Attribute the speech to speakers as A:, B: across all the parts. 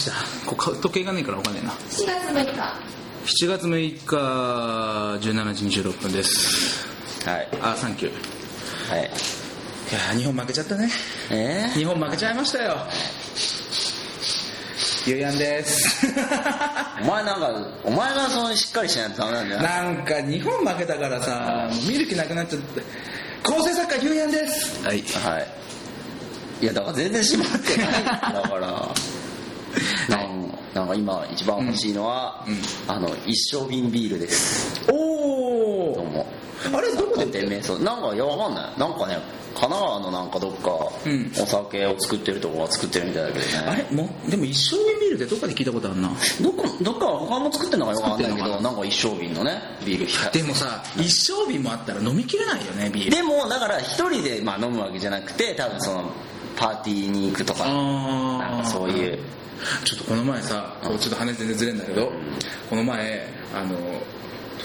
A: か時計がねえから分かんないな
B: 4月6日
A: 7月6日17時26分です
C: はい
A: あサンキューい
C: はい
A: やー日本負けちゃったね
C: え
A: 日本負けちゃいましたよゆうやんです
C: ー、お前なんかお前がそのしっかりしないとダメなんだよ
A: なんか日本負けたからさもう見る気なくなっちゃって構成作家ゆうやんですはい
C: はいいやだから全然閉まっ てないだからなんなんか今一番欲しいのは、
A: うんうん
C: あの一生瓶ビールです
A: お
C: どう
A: お
C: も
A: あれどこで売って
C: 店
A: る
C: 名そうなんかいやわかんないなんかね神奈川のなんかどっか
A: うん
C: お酒を作ってるとこが作ってるみたいだけどね、
A: あれもでも一生瓶ビールってどっかで聞いたことあるな
C: どっかどっかは他も作ってるのかよくわかんないけ
A: 作ってんの
C: どなんか一生瓶のねビール
A: でもさ一生瓶もあったら飲みきれないよねビール
C: でもだから一人でまあ飲むわけじゃなくて多分そのパーティーに行くとかなん
A: あ
C: か
A: あ
C: そういう
A: ちょっとこの前さこうちょっと話全然ずれんだけどこの前あの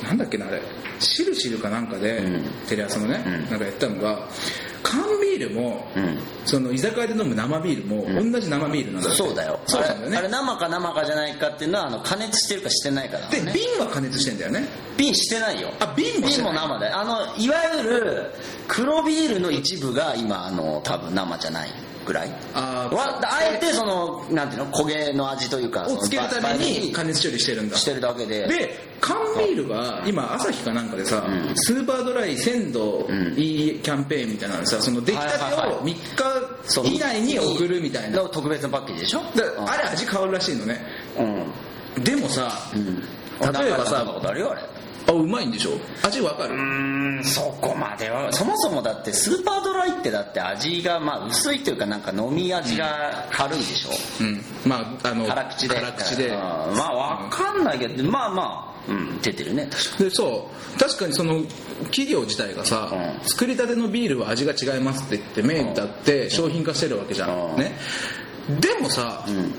A: なんだっけなあれシルシルかなんかで、
C: うん
A: テレ朝のね、
C: うん
A: なんかやったのが缶ビールも、
C: うん
A: その居酒屋で飲む生ビールも、
C: ん
A: 同じ生ビールなんだって
C: そうだよ
A: そうなんだよね
C: あれあれ生か生かじゃないかっていうのはあの加熱してるかしてないかだから
A: で
C: ね
A: 瓶は加熱してんだよね
C: 瓶してないよ
A: あ瓶もして
C: 瓶
A: ない
C: も生だよあのいわゆる黒ビールの一部が今あの多分生じゃないぐらい
A: あー
C: わあえてそのなんていうの焦げの味というか
A: をつけるために加
C: 加熱
A: 熱処理してるんだ
C: してるだけで
A: で缶ビールが今朝日かなんかでさ、
C: うん
A: スーパードライ鮮度
C: ん
A: いいキャンペーンみたいなのさその出来たて
C: はいはい
A: を
C: は
A: 3日以内に送るみたいな
C: の特別なパッケージでしょ
A: だからあれ味変わるらしいのね
C: うん
A: でもさ
C: うん
A: 例えばさ
C: なんか飲んだことあるよあれ
A: あうまいんでしょ味わかる、
C: うーんそこまではそもそもだってスーパードライってだって味がまあ薄いというかなんか飲み味が軽いでしょ、
A: うん、まああの
C: 辛口で
A: 辛口で
C: うんまあわかんないけど、まあまあ、うん、出てるね確か
A: でそう確かにその企業自体がさ、
C: うん
A: 作りたてのビールは味が違いますって言って銘打って商品化してるわけじゃん、
C: うん
A: ねでもさ、
C: に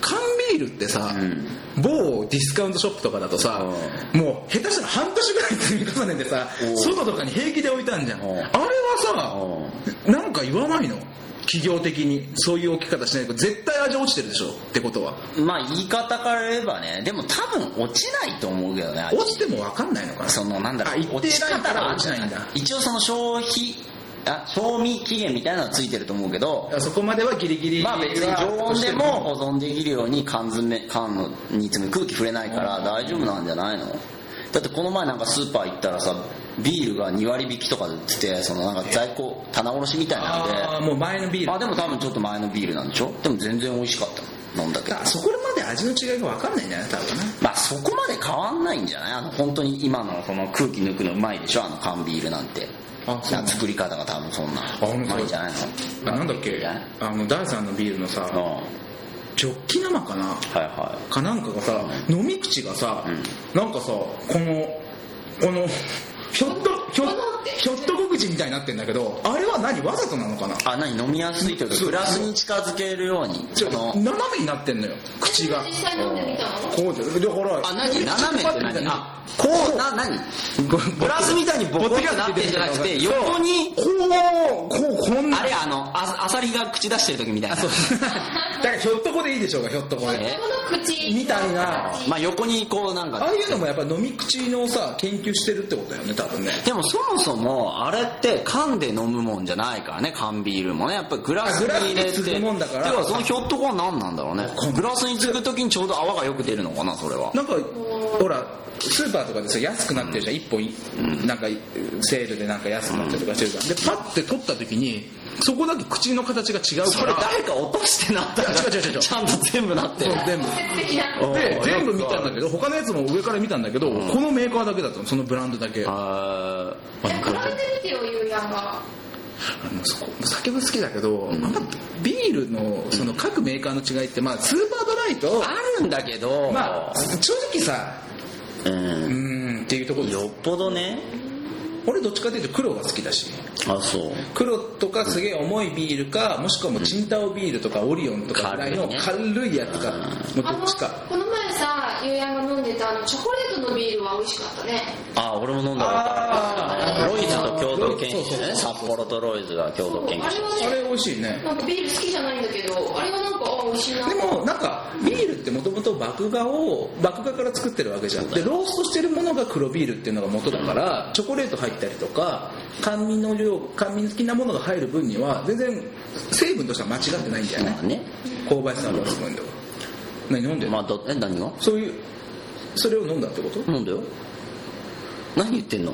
A: 缶ビールってさ、
C: ん
A: 某ディスカウントショップとかだとさ、もう下手したら半年ぐらい積み重ねてさ
C: おう
A: 外とかに平気で置いたんじゃんあ
C: おう
A: れはさなんか言わないの企業的にそういう置き方しないと絶対味落ちてるでしょってことは
C: うんまあ言い方から言えばねでも多分落ちないと思うけどね味
A: 落ちても分かんないのかな
C: そのなんだろ
A: あ
C: う
A: 一定
C: 落ち
A: ラインか
C: 方
A: ら
C: が
A: 落ちないんだ
C: 一応その消費あ賞味期限みたいなのはついてると思うけど
A: そこまではギリギリ
C: まあ別に常温でも保存できるように缶詰缶のに詰め空気触れないから大丈夫なんじゃないのだってこの前なんかスーパー行ったらさビールが2割引きとかで売っててそのなんか在庫棚卸しみたいなんで
A: ああもう前のビール
C: まあでも多分ちょっと前のビールなんでしょでも全然美味しかった飲んだけど
A: だからそこまで味の違いが分かんないんだよね多分ね
C: まあそこまで変わんないんじゃないあの本当に今のその空気抜くのうまいでしょあの缶ビールなんて
A: あそうなの
C: 作り方が多分そんな
A: そう
C: うまいんじゃないの
A: なんだっけあの第3のビールのさ
C: うんはい
A: ジョッキ生かな
C: は
A: かなんかがさ飲み口がさ、
C: うん
A: なんかさこのこのひょっとひょっひょっとこ口みたいになってんだけどあれは何わざとなのかな
C: あ何飲みやすいというか
A: そう
C: グラスに近づけるように
A: ちょ
C: その
A: 斜めになってんのよ口が
B: 実際飲んでみたの
A: こうででほら
C: あ何斜めって何
A: あ
C: あこうな何
A: こ
C: グラスみたいにボコってなってんじゃなくて横に
A: うこうこんな
C: あれあのあアサリが口出してる時みたいな
A: そうだからひょっとこでいいでしょうかひょっとこで
C: え
B: この口
A: みたいな
C: まあ横にこうなんか
A: ああいうのもやっぱ飲み口のさ研究してるってことだよね多分ね
C: でもそもそもあれって缶で飲むもんじゃないからね缶ビールもねやっぱりグラスに入れ
A: あグラス
C: て
A: に注ぐもんだから
C: ではそのひょっとこは何なんだろうね
A: かんない
C: グラスにつく時にちょうど泡がよく出るのかなそれは
A: なんかほらスーパーとかでさ安くなってるじゃん、一本いなんかセールでなんか安くなったりとかしてるじゃん、でパッて取った時にそこだけ口の形が違う
C: そ
A: か
C: れ
A: ら
C: 誰か落としてなったから
A: いや違う違う違う
C: ちゃんと全部なってる
A: そう全部
B: 直接的な
C: お
A: で
C: ー
A: 全部見たんだけど他のやつも上から見たんだけど、このメーカーだけだったのそのブランドだけあ
C: あ
B: いや比べてみてよゆうやんが
A: のそこ酒は好きだけど、あんまビールのその各メーカーの違いって、まあ、スーパードライ
C: ー
A: と
C: あるんだけど、
A: まあ正直さ
C: う
A: うんーんっていうところです
C: よっぽどね
A: 俺どっちかというと黒が好きだし
C: あそう
A: 黒とかすげえ重いビールかもしくはもうチンタオビールとかオリオンとかぐらいの軽いやつかもうど
B: あの
A: っちか
B: この前さゆうやんが飲んでたあのチョコレートのビールは美味しかったね
C: あ俺も飲んだこと
A: あ
C: あ
A: ー
C: るロイズと共同研究してね
A: そ
C: 札幌とロイズが共同
B: そう
C: 研
B: あ
C: 究
B: れ
C: して
B: は
A: あ
B: ね
A: れ美味しいね
B: なんかビール好きじゃないんだけどあれはなんかあ美味しいな
A: でもなんかビールってもともと麦芽を麦芽から作ってるわけじゃんでローストしてるものが黒ビールっていうのが元だからチョコレート入ったりとか甘味の量甘味的なものが入る分には全然成分としては間違ってないんだよ
C: まあ
A: ね
C: ね
A: 香ばしさがすごいんだよ何飲んでんの、
C: まあだえ何が
A: そういうそれを飲んだってこと
C: 飲んだよ何言ってんの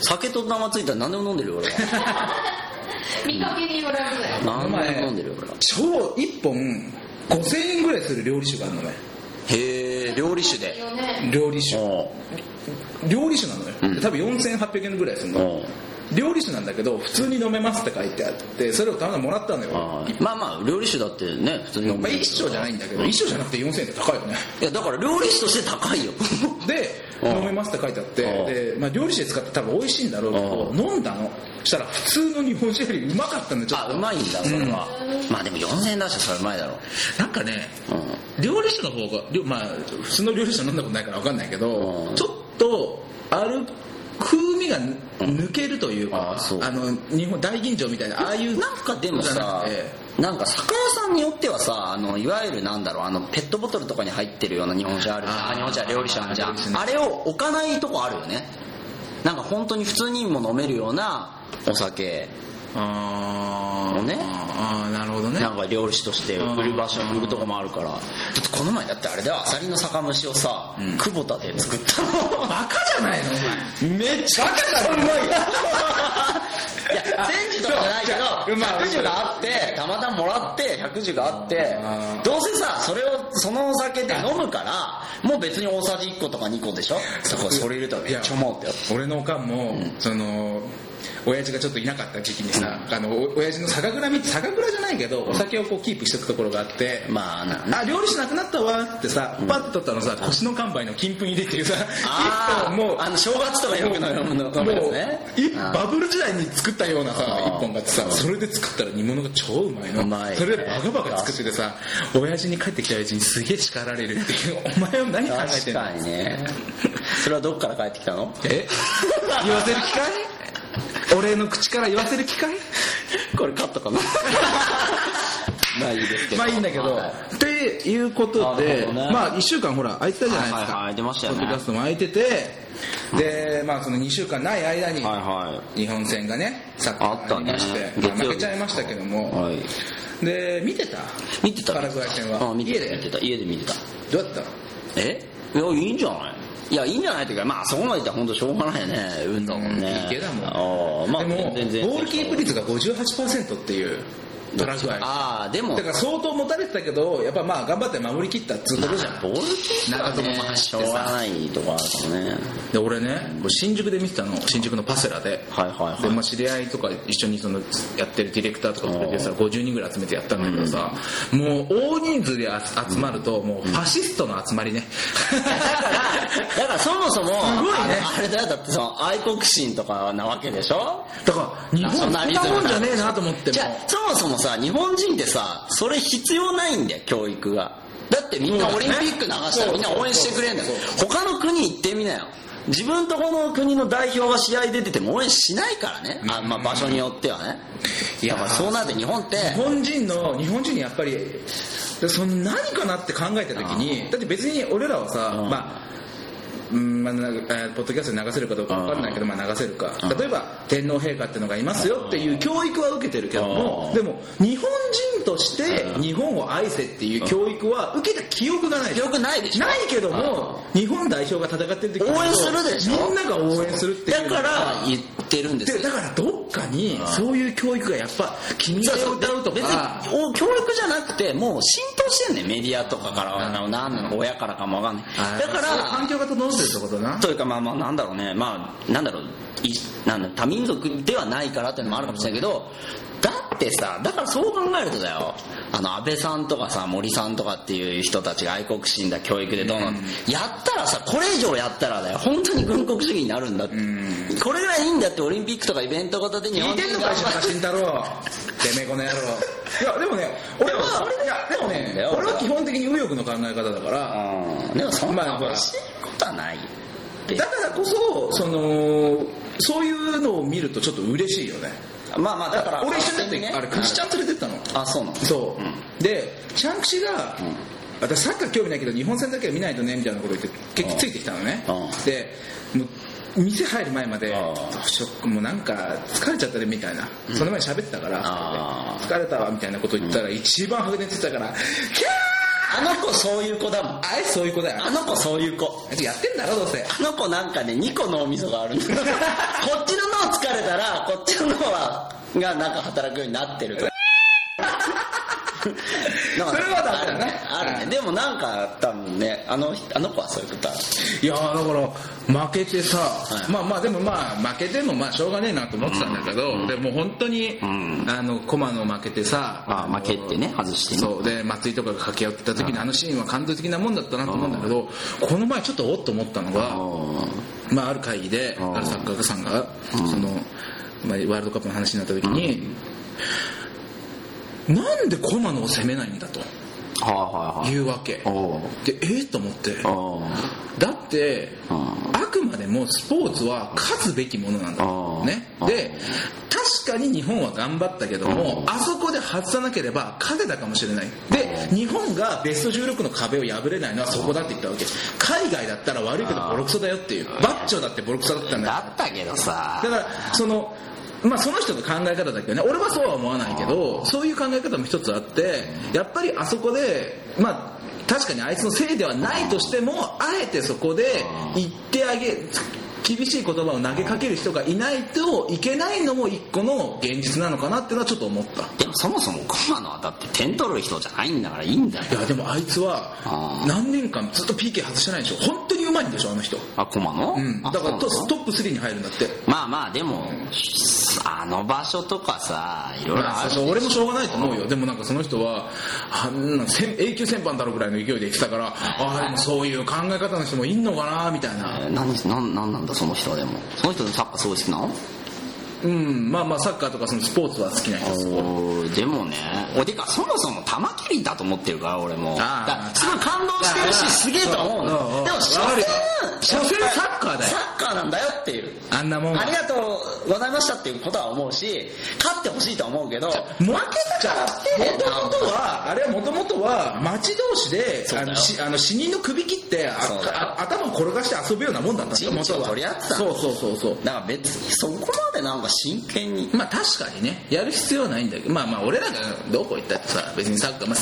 C: 酒と生ついたら何でも飲んでるよ俺 は
B: 見かけによらずだよ
C: 何でも飲んでるよ俺は
A: 超1本5000円ぐらいする料理酒があるのね
C: へえ料理酒で
B: よね
A: 料理酒
C: おう
A: 料理酒なのよ、
C: うん
A: 多分4800円ぐらいするの
C: おう
A: 料理酒なんだけど普通に飲めますって書いてあってそれをたまたまもらったのよ
C: はいまあまあ料理酒だってね普通に飲
A: ま
C: む
A: あ、一丁じゃないんだけど一丁じゃなくて4000円って高いよね
C: いやだから料理酒として高いよ
A: で
C: うん
A: 飲めますって書いてあって
C: うん
A: で、まあ、料理酒で使って多分美味しいんだろうけ
C: う
A: ど飲んだのそしたら普通の日本酒よりうまかったんでちょっ
C: あうまいんだそれは、まあでも4000円出したらそれうまいだろ
A: となんかね
C: うん
A: 料理酒の方がりょまあ普通の料理酒飲んだことないから分かんないけど
C: うん
A: ちょっとある風味がぬ抜けるというか
C: あそう
A: あの日本大吟醸みたいなああいう
C: なんかでも
A: じゃな
C: さ
A: くて
C: なんか酒屋さんによってはさあのいわゆるなんだろうあのペットボトルとかに入ってるような日本酒あるじゃん
A: あー
C: あ日本酒は料理酒あるじゃ
A: 料理
C: ん
A: 酒
C: あれを置かないとこあるよねなんか本当に普通にも飲めるようなお酒
A: あ
C: ー
A: ー
C: ね
A: あーなるほどね
C: なんか料理酒として売る場所売るとこもあるからだってこの前だってあれだよアサリの酒蒸しをさ、
A: うん
C: 久保田で作ったの
A: バカじゃないのお前
C: めっちゃうまいよいや千樹とかじゃないけど
A: うまい
C: 百樹があってたまたまもらって百樹があって
A: あー
C: どうせさそれをそのお酒で飲むからもう別に大さじ1個とか2個でしょそこそれ入れたらめっちゃうまかったよ
A: 俺のおかんも、その親父がちょっといなかった時期にさ、あのお親父の酒蔵み酒蔵じゃないけど、お酒をこうキープしてたところがあって、
C: まあなな
A: あ料理しなくなったわってさ、パッと取ったのさ腰の乾杯の金粉入りっていうさ一
C: あ
A: 本
C: ー
A: もう
C: あの正月とかよく飲むの飲むや
A: も
C: つ
A: う
C: ね
A: い
C: あー
A: バブル時代に作ったようなさ
C: あー
A: 一本があってさそれで作ったら煮物が超うまいの
C: うまい
A: それでバカバカ作っててさ親父に帰ってきた親父にすげえ叱られるっていうお前は何考えて
C: 確
A: んの
C: かにねそれはどっから帰ってきたの
A: え言わせる機 会俺の口から言わせる機会
C: これカット かなまあいいですけど
A: まあいいんだけど
C: はい
A: っていうこと
C: なる
A: で
C: ほどね
A: まあ1週間ほら空いてたじゃないです
C: はい
A: か
C: はいはい空いてましたよね
A: ポッドキャストも空いててでまあその2週間ない間に
C: はいはい
A: 日本戦がねサッカー
C: あった
A: があり
C: ね
A: ましてまあ負けちゃいましたけども
C: はい
A: で見てた
C: 見てた
A: パラグアイ戦
C: あ
A: は
C: 見
A: 家
C: てた見て
A: で
C: た家で見てた
A: どうだった
C: えいやいいんじゃないいやいいんじゃないっていうかまあそこまでいったら本当しょうがないよね運動もんね
A: 池だもん
C: ああまあ
A: でも
C: 全然
A: ゴールキープ率が58%っていうパラグアイ
C: ああでも
A: だから相当持たれてたけどやっぱまあ頑張って守り切ったっつうとこじゃん
C: ボールキープは
A: 長友も走
C: し
A: っ
C: ょ
A: てさ
C: うがないとかあるからね
A: で俺ねこれ新宿で見てたの新宿のパセラで,、
C: はいはいは い
A: でまあ、知り合いとか一緒にそのやってるディレクターとかプロデューサー50人ぐらい集めてやったんだけどさ、もう大人数であ集まるともうファシストの集まりね、
C: だからそもそも
A: すごいね
C: あのあれだよだってその愛国心とかなわけでしょ
A: だから日本そんなもんじゃねえなと思っても
C: じゃあそもそもさ日本人ってさそれ必要ないんだよ教育がだってみんなオリンピック流したらみんな応援してくれんだよ他の国行ってみなよ自分とこの国の代表が試合出てても応援しないからね、あまあ場所によってはね
A: いや
C: だからそうなって日本って
A: 日本人の日本人にやっぱりでその何かなって考えた時にだって別に俺らはさ、
C: うん
A: まあうんまあ、なえーポッドキャストで流せるかどうか分かんないけど、まあ、流せるか
C: うん
A: 例えば天皇陛下っていうのがいますよっていう教育は受けてるけど
C: う
A: も
C: ん
A: でも日本人として
C: うん
A: 日本を愛せっていう教育は受けた記憶がない
C: よくないでしょ
A: ないけども日本代表が戦ってる時に
C: 応援するでしょ
A: みんなが応援するっていう
C: だ
A: のが
C: から言ってるんです
A: で
C: よ
A: だからどっかにそういう教育がやっぱ君
C: そ
A: が
C: うそう
A: 歌うと
C: 別
A: か
C: にお教育じゃなくてもう浸透してんねんメディアとかからはなんなの親からかもわかんないだから
A: そういう環境が整ってるってことな
C: というかまあまあなんだろうねまあなんだろういなんだ多民族ではないからっていうのもあるかもしれないけどだってさだからそう考えるとだよあの安倍さんとかさ森さんとかっていう人たちが愛国心だ教育でどうなんやったらさこれ以上やったらだよ本当に軍国主義になるんだって
A: ん
C: これぐらいいいんだってオリンピックとかイベントごとで日
A: 聞い
C: 本
A: てん
C: 人
A: の
C: が
A: か石原慎太郎てめえこの野郎いやでもね俺はいやでも
C: だ
A: ね
C: よ
A: 俺は基本的に右翼の考え方だから
C: うんでもそん
A: まあ
C: な
A: ほら
C: 欲しいことはないって
A: だからこそそのそういうのを見るとちょっと嬉しいよね
C: まあまあだから
A: 俺一緒に
C: 勝手に
A: 連れてっ
C: ね
A: てあれクリスチャン連れてったの
C: あそうなの
A: そう、でシャンクシが、
C: ん
A: 私サッカー興味ないけど日本戦だけは見ないとねみたいなこと言って結局ついてきたのね、
C: うん
A: でもう店入る前まで
C: あ
A: ど
C: ー
A: うしようもうなんか疲れちゃったねみたいな、その前に喋ってたから
C: あー
A: 疲れたわみたいなこと言ったら一番白熱してたから、キャー
C: あの子そういう子だもん
A: あれそういう子だよ
C: あの子そういう子
A: やってんだろどうせ
C: あの子なんかね2個脳みそがあるんだこっちの脳疲れたらこっちの脳はがなんか働くようになってる となんか
A: それはだからね
C: あるねあるねでもなんか多分ねあのあの子はそういうことある
A: いやーだから負けてさ、
C: い
A: まあまあでもまあ負けてもまあしょうがねえなと思ってたんだけど、でも本当に、
C: ん
A: あの駒野負けてさ
C: あ負けてね外してね
A: そうで松井とかが駆け寄ってた時にあのシーンは感動的なもんだったなと思うんだけどこの前ちょっとおっと思ったのがまあ、ある会議で
C: うん
A: ある作家さんがその、まあ、ワールドカップの話になった時に、なんで駒野を攻めないんだと
C: はい
A: いうわけ
C: おう
A: でえー、と思って
C: お
A: だって
C: うん
A: あくまでもスポーツは勝つべきものなんだ
C: あー
A: ね
C: あー
A: で確かに日本は頑張ったけどもあそこで外さなければ勝てたかもしれないで日本がベスト16の壁を破れないのはそこだって言ったわけ海外だったら悪いけどボロクソだよっていうバッチョだってボロクソだったんだよ
C: だったけどさ
A: だからそのまあその人の考え方だけどね俺はそうは思わないけどそういう考え方も一つあってやっぱりあそこでまあ確かにあいつのせいではないとしてもあえてそこで言ってあげ厳しい言葉を投げかける人がいないといけないのも一個の現実なのかなっていうのはちょっと思った
C: でもそもそも駒野はだって点取る人じゃないんだからいいんだよ
A: いやでもあいつは
C: あー
A: 何年間ずっと PK 外してないでしょ本当にうまいんでしょあの人
C: あ駒野、
A: うんだ
C: あ
A: からト
C: そう
A: ト
C: なの
A: ップ3に入るんだって
C: まあまあでもあの場所とかさいろいろ
A: ま
C: あ
A: あ、
C: るし
A: そう俺もしょうがないと思うよでもなんかその人はあんな先永久戦犯だろうぐらいの勢いで言ってたからああでもそういう考え方の人もいんのかなみたいな
C: えー何なんなんなんだその人はでもその人のサッカーすごい好きなの
A: うんまあまあサッカーとかそのスポーツは好きな人です
C: おーでもねおてかそもそも玉切りだと思ってるから俺も
A: あー
C: だからすごい感動してるしすげえと思う
A: うんうん
C: のでも所
A: わかるよ
C: 詮
A: 所詮サッカーだよ
C: サッカーなんだよっていう
A: あんなもん
C: ありがとうございましたっていうことは思うし勝ってほしいとは思うけど
A: ももともとはあれはもともとは町同士で
C: そうだ
A: あ
C: よ
A: のしあの死人の首切ってあ
C: そうだよ
A: あ頭を転がして遊ぶようなもんだったんだよ
C: 人生
A: 元
C: を
A: は
C: 取り合ってたんだ
A: そうそうそうそう
C: だから別にそこまでなんか真剣に
A: まあ確かにねやる必要はないんだけどまあまあ俺らがどこ行ったってさ別にサッカーまあ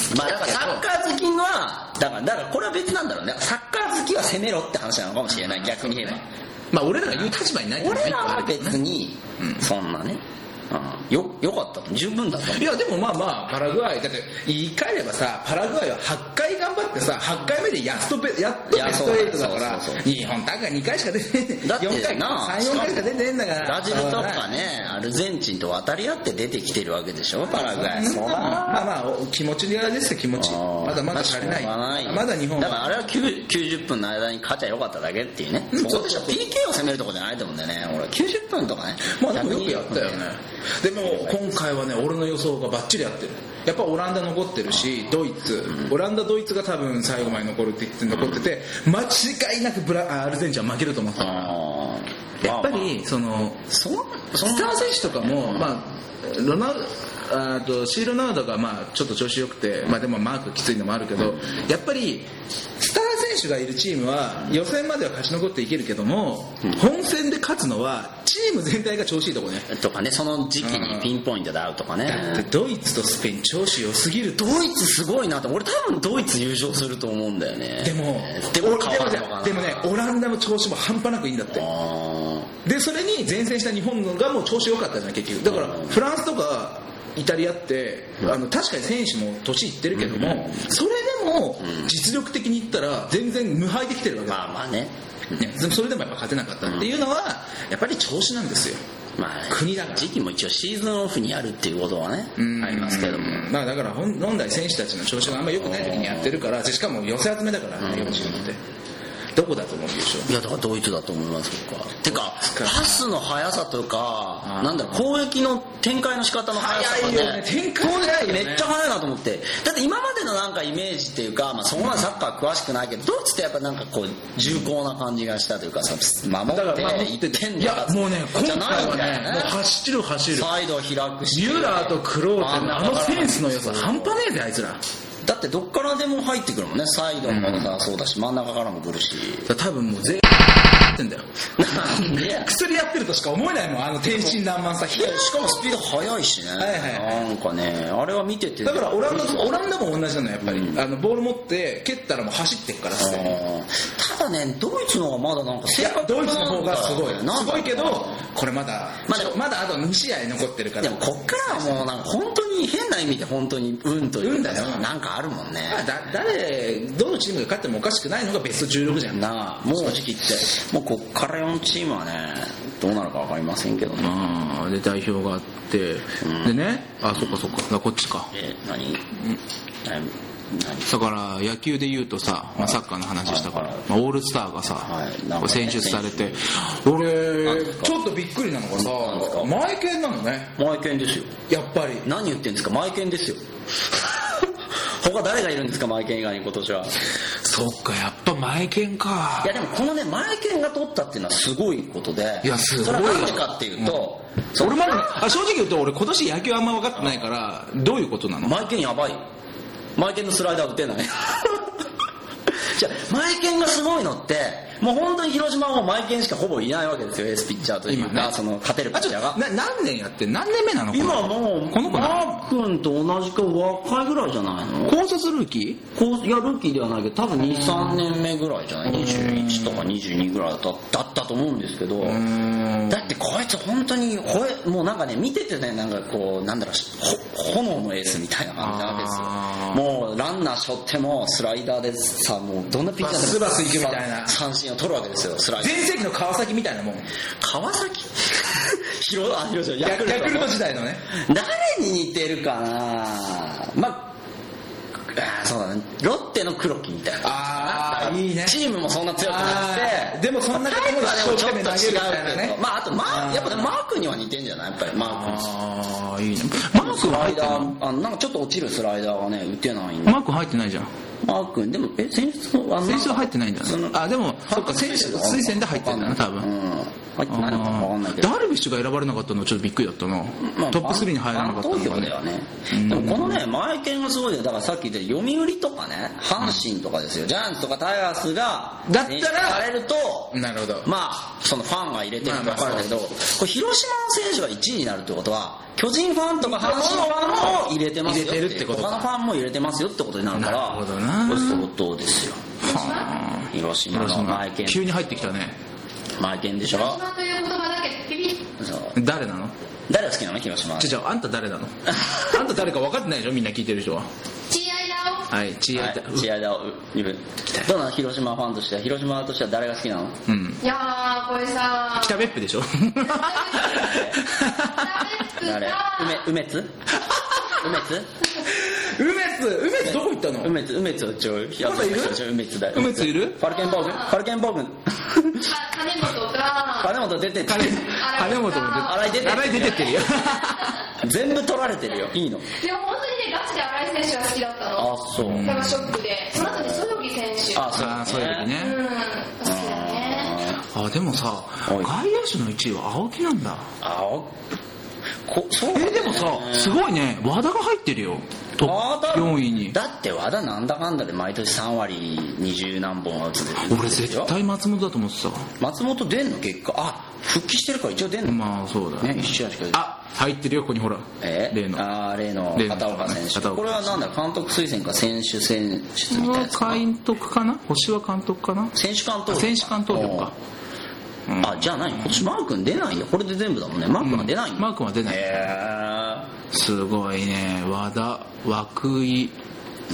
A: 好き
C: まあ
A: だ
C: だ
A: けど
C: からサッカー好きはだからだからこれは別なんだろうねサッカー好きは攻めろって話なのかもしれない逆に言えば
A: まあ俺らが言う立場にないっていうのが
C: 俺
A: 一
C: ら
A: 個あ
C: は
A: るけどね
C: 別にそんなね、うん、よよかった十分だった
A: いやでもまあまあパラグアイだって言い換えればさパラグアイは8回頑張ってさ8回目でやっとベやっと
C: いや
A: ベス
C: そう
A: ト8だから
C: そうそうそう
A: 日本大会2回しか出てねえ
C: だって
A: 4回
C: な
A: 34回しか出てねえんだから
C: ブラジルとかねアルゼンチンと渡り合って出てきてるわけでしょパラグアイ
A: まあまあお気持ちでですよ気持ちまだまだ足りない
C: まあしょうが
A: まだ日本
C: だから
A: は
C: あれは9 90分の間に勝ちゃよかっただけっていうね、
A: うん
C: そうでしょ
A: そう
C: PK を攻めるとこじゃないと思うんだよね俺90分とかね
A: まあでもよくやったよねでも今回はね俺の予想がバッチリ合ってるやっぱオランダ残ってるしドイツオランダドイツが多分最後まで残るって言って残ってて間違いなくブラあアルゼンチンは負けると思ってたから
C: あー
A: やっぱ
C: まあま
A: りその
C: あそのその
A: スター選手とかも、まあ、ロナウあーとシー・ロナウドがまあちょっと調子良くて、まあ、でもマークきついのもあるけどやっぱりスター選手がいるチームは予選までは勝ち残っていけるけども本戦で勝つのはチーム全体が調子いいとこね
C: とかねその時期にピンポイントで会うとかね、
A: だってドイツとスペイン調子良すぎると
C: ドイツすごいなと俺多分ドイツ優勝すると思うんだよね
A: でも
C: で
A: お
C: も
A: で
C: 変わ
A: も
C: る
A: ね
C: のかな
A: でもねオランダの調子も半端なくいいんだって
C: あ
A: でそれに前線した日本のがもう調子良かったじゃん結局だからフランスとかイタリアってあの確かに選手も年いってるけどもそれでも実力的に言ったら全然無敗できてるわ
C: ー
A: けだ
C: まあまあね
A: ねでもそれでもやっぱ勝てなかったっていうのはやっぱり調子なんですよ
C: まあ
A: 国だから
C: 時期も一応シーズンオフにやるっていうことはね
A: うん
C: ありますけども
A: まあだから本本来選手たちの調子があんまり良くない時にやってるからしかも寄せ集めだからね、うチームってどこだと思うでしょう
C: いやだからドイツだと思います僕はてかパスの速さとかなんだろう攻撃の展開の仕方の速さが
A: 速いよね展開
C: 攻
A: 速い
C: 撃
A: よね
C: めっちゃ速いなと思ってだって今までのなんかイメージっていうか、まあ、そこまでサッカー詳しくないけどドイツってやっぱなんかこう重厚な感じがしたというかさ守
A: だからまあ
C: って1点
A: いやもうね今
C: じゃ
A: 回
C: ない
A: は
C: んだよ
A: ねもう走る走る
C: サイドを開くし
A: ミューラーとクローテのあのセンスの良さ
C: そう
A: 半端ねえぜあいつら
C: だってどっからでも入ってくるもんねサイドもさそうだし真ん中からも来るし
A: 多分もう全員ってんだよ
C: なんで
A: 薬やってるとしか思えないもんあの天真爛漫さ
C: いやしかもスピード速いしね、
A: いはい
C: なんかねあれは見てて
A: だからオランダとオランダも同じなのやっぱり、あのボール持って蹴ったらもう走ってっからすでに
C: うんただねドイツの方がまだなんか
A: い
C: 正
A: や
C: 確
A: ドイツの方がすごい
C: なんか
A: すごいけどこれまだ
C: まだ
A: まだあと2試合残ってるから
C: でもこっからはもうなんか本当に変な意味で本当に運というか
A: 運だよ
C: なんかあるもんね
A: まあだ誰どのチームが勝ってもおかしくないのがベスト16じゃん
C: なあもう
A: 正直言って
C: もうこっから4チームはねどうなるか分かりませんけどね
A: ああで代表があって、でねあそっかそっかだからこっちか
C: え何、何
A: だから野球で言うとさ、まあ、サッカーの話したから、
C: はいはい
A: まあ、オールスターがさ、
C: はいなんかね
A: 選出されて
C: なん
A: 俺
C: ですか
A: ちょっとびっくりなのがさ
C: なんですか
A: マイケンなのね
C: 何マイケンですよ
A: やっぱり
C: 何言ってんですかマイケンですよ 他誰がいるんですかマイケン以外に今年は
A: そっかやっぱマイケンか
C: いやでもこのね、マイケンが取ったっていうのはすごいことで、
A: いやすごい
C: それはなんでかっていうと、その
A: 俺まだねあ正直言うと俺今年野球あんま分かってないからどういうことなの
C: マイケンやばい。マイケンのスライダー打てない。 じゃあマイケンがすごいのって、もう本当に広島はもうマイケンしかほぼいないわけですよ、エースピッチャーという
A: 今
C: か、
A: ね
C: その勝てるピ
A: あ
C: ッ
A: ち
C: チ
A: ょ
C: ャ
A: っ
C: ー
A: と
C: が。
A: な何年やって何年目なの
C: 今もう、
A: この子
C: マ
A: な
C: ー君と同じか若いぐらいじゃないの
A: 高卒ルーキ
C: こういやルーキーではないけど多分23年目ぐらいじゃない21とか22ぐらいだっただったと思うんですけど
A: ー
C: だってこいつ本当にほえもうなんかね見ててねなんかこうなんだろうしほ炎のエースみたいな感じな
A: あ
C: わけですよもうランナー背負ってもスライダーでさもうどんなピッチャーでも
A: バスバス行くみたいな
C: 三振を取るわけですよスライダー
A: 全盛期の川崎みたいなもん
C: 川崎広あ広島
A: ヤ
C: ヤ
A: ク
C: クルト
A: ルト時代のね
C: 誰に似てるかなまああーそうだねロッテの黒木みたいな
A: あーいいね
C: チームもそんな強くなく
A: あー
C: て
A: でもそんな
C: タイプはでもちょっと違う
A: 一生懸命投げるみたいな
C: け
A: ね
C: どまああとマ
A: あ
C: ー
A: ー
C: やっぱでもマークには似てんじゃないやっぱりマーク
A: ああいいねマー
C: ス
A: 君
C: ラ
A: 入っ
C: イ
A: てな
C: ダ
A: い
C: ーあなんかちょっと落ちるスライダーがね打てないんで
A: マー君入ってないじゃん
C: マー君でもえ選手のあの
A: 選手は入ってないんだ
C: そ
A: ね
C: の
A: あでもそっか選手推薦で入ってんだな多
C: う
A: 分
C: ん入ってないのか分かんないけど
A: ダルビッシュが選ばれなかったのちょっとびっくりだったな、トップ3に入らなかった
C: ファ
A: の
C: ン投
A: が
C: 票だよね。でもこのね、前券がすごいよ。だからさっき言った読売とかね、阪神とかですよ。ジャイアンツとかタイガースが、
A: だったら
C: 選出されると、
A: なるほど
C: まあ、そのファンが入れてるか
A: まあ
C: 分か
A: まあ
C: るんだけど、これ広島の選手が1位になるってことは、巨人ファンとか阪神ファンも入れてますよ
A: 入れてるってことか
C: 他のファンも入れてますよってことになるから、
A: なるほどな
C: これ相当ですよ。広島
A: 広
C: の
A: 島
C: 前券、
A: 急に入ってきたね
C: 前券でしょ
B: 広島という言葉だけピピッ
C: そう
A: 誰なの
C: 誰が好きなの広島。
A: じゃああんた誰 なのあんた誰か分かってないでしょみんな聞いてる人は
B: チアイダを
A: はいチアイタ
C: はいチアダを言うどうなの広島ファンとしては広島としては誰が好きなの
A: うん
B: いやーこれさ
A: 北別府 でしょ
C: 誰梅梅 津梅津
A: 梅津梅津どこ行ったの
C: 梅津梅津はちょい
A: まだいる
C: 梅津だよ
A: 梅津いる
C: ファルケンボーグファルケンボーグ
B: 金本が
C: 金本出てって
A: 金金本も出て
B: 荒
C: 井出てる
A: 荒井出てって るよ
C: 全部取られてるよいいの
B: いや本当にねガチで新井選手が好きだったの
C: そう
A: うん
B: だからショックでその後にそよぎ選手
C: あそう
A: ああそういう時
B: う
A: ね
B: ん好きだね
A: あでもさ外
C: い
A: 野手の1位は青木なんだ
C: あおこそう
A: えでもさすごいね和田が入ってるよトッ
C: 和
A: プ
C: 田
A: 4位に
C: だって和田なんだかんだで毎年3割20何本は打つで
A: 俺絶対松本だと思って
C: 松本出んの結果あ復帰してるから一応出ん
A: た
C: の
A: まあそうだ
C: ね一試合しか出てない
A: あ入ってるよここにほら
C: え
A: 例の
C: ああ例の
A: 例の
C: 片岡選手
A: 片岡
C: これはなんだ監督推薦か選手選出みたいなやつ
A: こ
C: か
A: れは監督かな星は監督かな
C: 選手間投票
A: 選手間投票か
C: おーあじゃあ何今年マー君出ないよこれで全部だもんねマー君は出ないんだ
A: マー君は出ない
C: へ
A: すごいね和田涌井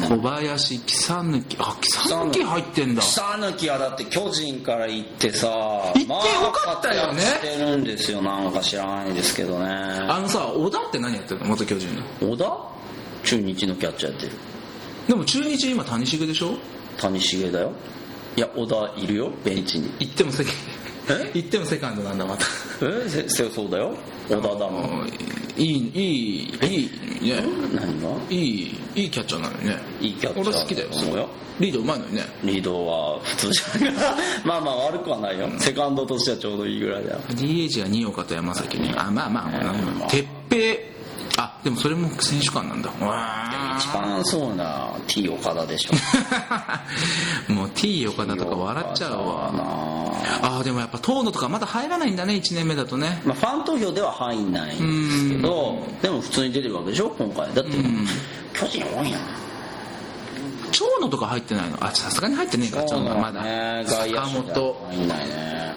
A: 小林草抜きあ草抜き入ってん
C: え
A: だ
C: 草抜はだって巨人から行ってさ行
A: ってよかったよね
C: してるんですよなんか知らないですけどね
A: あのさ小田って何やってるの元巨人の
C: 小田中日のキャッチャーやってる
A: でも中日今谷繁でしょ
C: 谷繁だよいや小田いるよベンチに
A: 行ってもセカ
C: え
A: 行ってもセカンドなんだまた
C: えせせそうだよ小田だもん
A: いいいいいいね
C: 何が
A: いいいいキャッチャーなのにね
C: いいキャッチャー
A: 俺好きだよ
C: そうよ
A: リードうまいのにね
C: リードは普通じゃない まあまあ悪くはないよセカンドとしてはちょうどいいぐらいだよ
A: DH が新岡と山崎にあまあまあ、
C: うん
A: 鉄平あでもそれも選手間なんだ
C: 一
A: わ
C: 番そうな T 岡田でしょ
A: ーもう T 横田とか笑っちゃうわ
C: なあ
A: あーでもやっぱ遠野とかまだ入らないんだね1年目だとね
C: まあ、ファン投票では入んないんですけどでも普通に出てるわけでしょ今回だって
A: ん
C: 巨人多いな
A: 長野とか入ってないのあさすがに入ってねえか長野はまだ
C: ね外野
A: 坂
C: 手
A: 本
C: が入んないね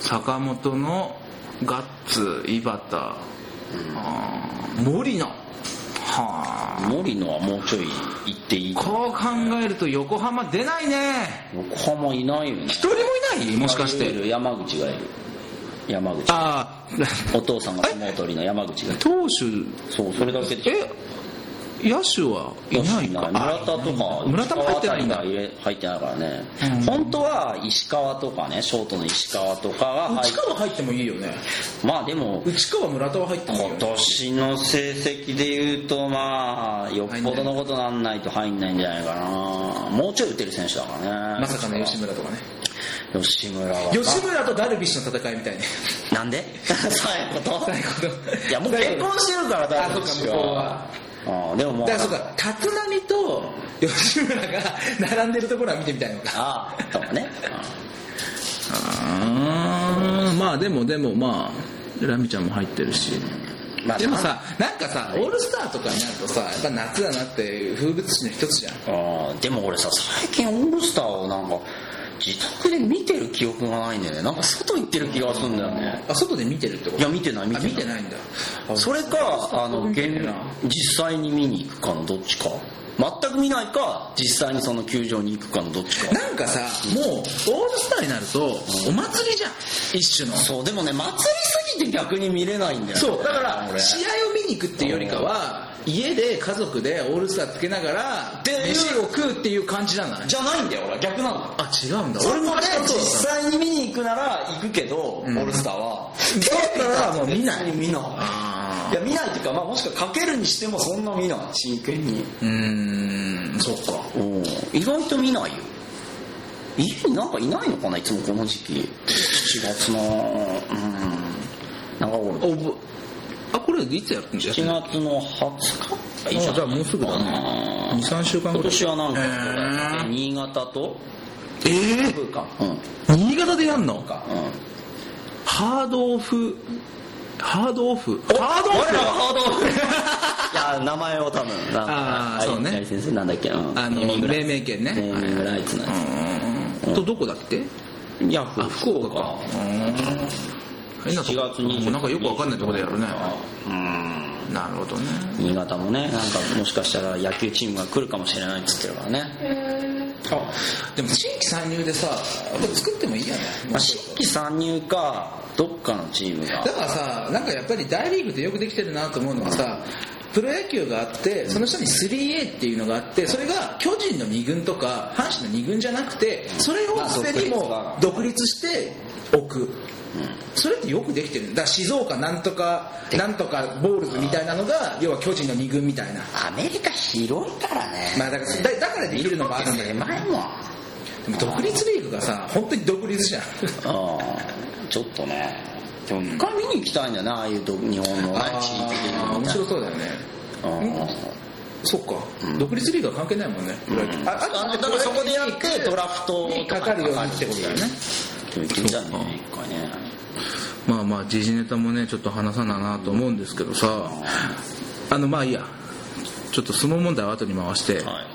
A: 坂本のガッツ井端、あー森野はあ
C: 森野はもうちょい行っていいか
A: こう考えると横浜出ないね
C: 横浜いないよね
A: 一人もいないもしかし
C: い
A: て
C: る山口がいる山口
A: ああ
C: お父さんが相撲取りの山口がいる
A: 投手
C: そうそれだけで
A: え野手はいないか
C: 村田と
A: あ
C: か
A: 村田も入ってないんだ
C: 石川あたりが入れ入ってないからね、
A: うん
C: 本当は石川とかねショートの石川とかが入っ
A: 内川入ってもいいよね
C: まあでも
A: 内川村田は入ってもいいよ
C: 今年の成績で言うとまあよっぽどのことなんないと入んないんじゃないかなもうちょい打てる選手だからね
A: まさかの吉村とかね
C: 吉村は
A: 吉村とダルビッシュの戦いみ たいね
C: なんで最後と
A: 最後の
C: いやもう結婚してるから
A: あ
C: だ
A: そうか向こうは
C: ああでももう
A: だからそうか立浪と吉村が並んでるところは見てみたいのか
C: ああとかね
A: あーまあでもでもまあラミちゃんも入ってるし
C: まあ
A: でもさなんかさオールスターとかになるとさやっぱ夏だなって風物詩の一つじゃん
C: ああでも俺さ最近オールスターをなんか自宅で見てる記憶がないんだよねなんか外行ってる気がするんだよね
A: あ外で見てるってこ
C: い
A: と
C: や見てない見
A: あ
C: てない
A: 見てないんだ
C: それかあの現
A: 見てない
C: 実際に見に行くかのどっちか全く見ないか実際にその球場に行くかのどっちか
A: なんかさもうオールスターになるとお祭りじゃん一種の
C: そうでもね祭りすぎて逆に見れないんだよね
A: そうだから
C: 俺
A: 試合を見に行くっていうよりかは家で家族でオールスターつけながら
C: で
A: 飯を食うっていう感じじゃない
C: じゃないんだよ俺は逆なんだよ
A: あ違うんだ
C: それ
A: 俺も
C: まで
A: 確かそう
C: 実
A: だった
C: 際に見に行くなら行くけど、
A: ん
C: オールスターは
A: だったらもう見ない
C: 別に見ない
A: あー
C: いや見ないっていうか、まあ、もしくはかけるにしてもそんな見ない真剣に
A: うーんそっか
C: うん意外と見ないよ家になんかいないのかないつもこの時期4月のうんなんか俺
A: おぶあこれいつやってんじゃん
C: 7月の20日
A: あじゃあもうすぐだね
C: うん
A: 23週間ぐ
C: 今
A: らい
C: 年はなんかそうだ
A: へ
C: ね
A: ー
C: 新潟と
A: え
C: 空間うんうん
A: ー、新潟でやんのハードオフハードオフ ハードオ
C: 俺
A: フ
C: らはハードオフいや名前を多分なん
A: あ
C: か
A: ーそうね
C: あい先生なんだっけうん
A: あの
C: レミグラ
A: 黎明県ね
C: レミグライツなんで
A: うんとどこだっけ
C: すいや福岡
A: 変なと
C: 7
A: こ
C: 月20
A: なんかよくわかんないとこでやるね
C: うん
A: なるほどね
C: 新潟もねなんかもしかしたら野球チームが来るかもしれないって言ってるからね
A: あでも新規参入でさこれ作ってもいいやね
C: まあ新規参入かどっかのチームが
A: だからさなんかやっぱり大リーグってよくできてるなと思うのがさプロ野球があってその下に 3A っていうのがあってそれが巨人の2軍とか阪神の2軍じゃなくてそれをすでにもう独立しておくそれってよくできてるんだだから静岡なんとかなんとかボールズみたいなのが要は巨人の2軍みたいな
C: アメリカ広いからね
A: まあだからだだからできるのもあるんだけど
C: 狭いもん
A: でも独立リーグがさ本当に独立じゃん
C: ああちょっとねでも一回見に行きたいんだよなああいうと日本のね地域的
A: あー
C: な
A: 面白そうだよねそっか、独立リーグは関係ないもんね、ああと
C: だからそこでやってドラフト
A: にかかるようにってことだよね
C: 銀座にね一回ね
A: まあまあ時事ネタもねちょっと話さななと思うんですけどさあのまあいいやちょっと相撲問題は後に回して、
C: はい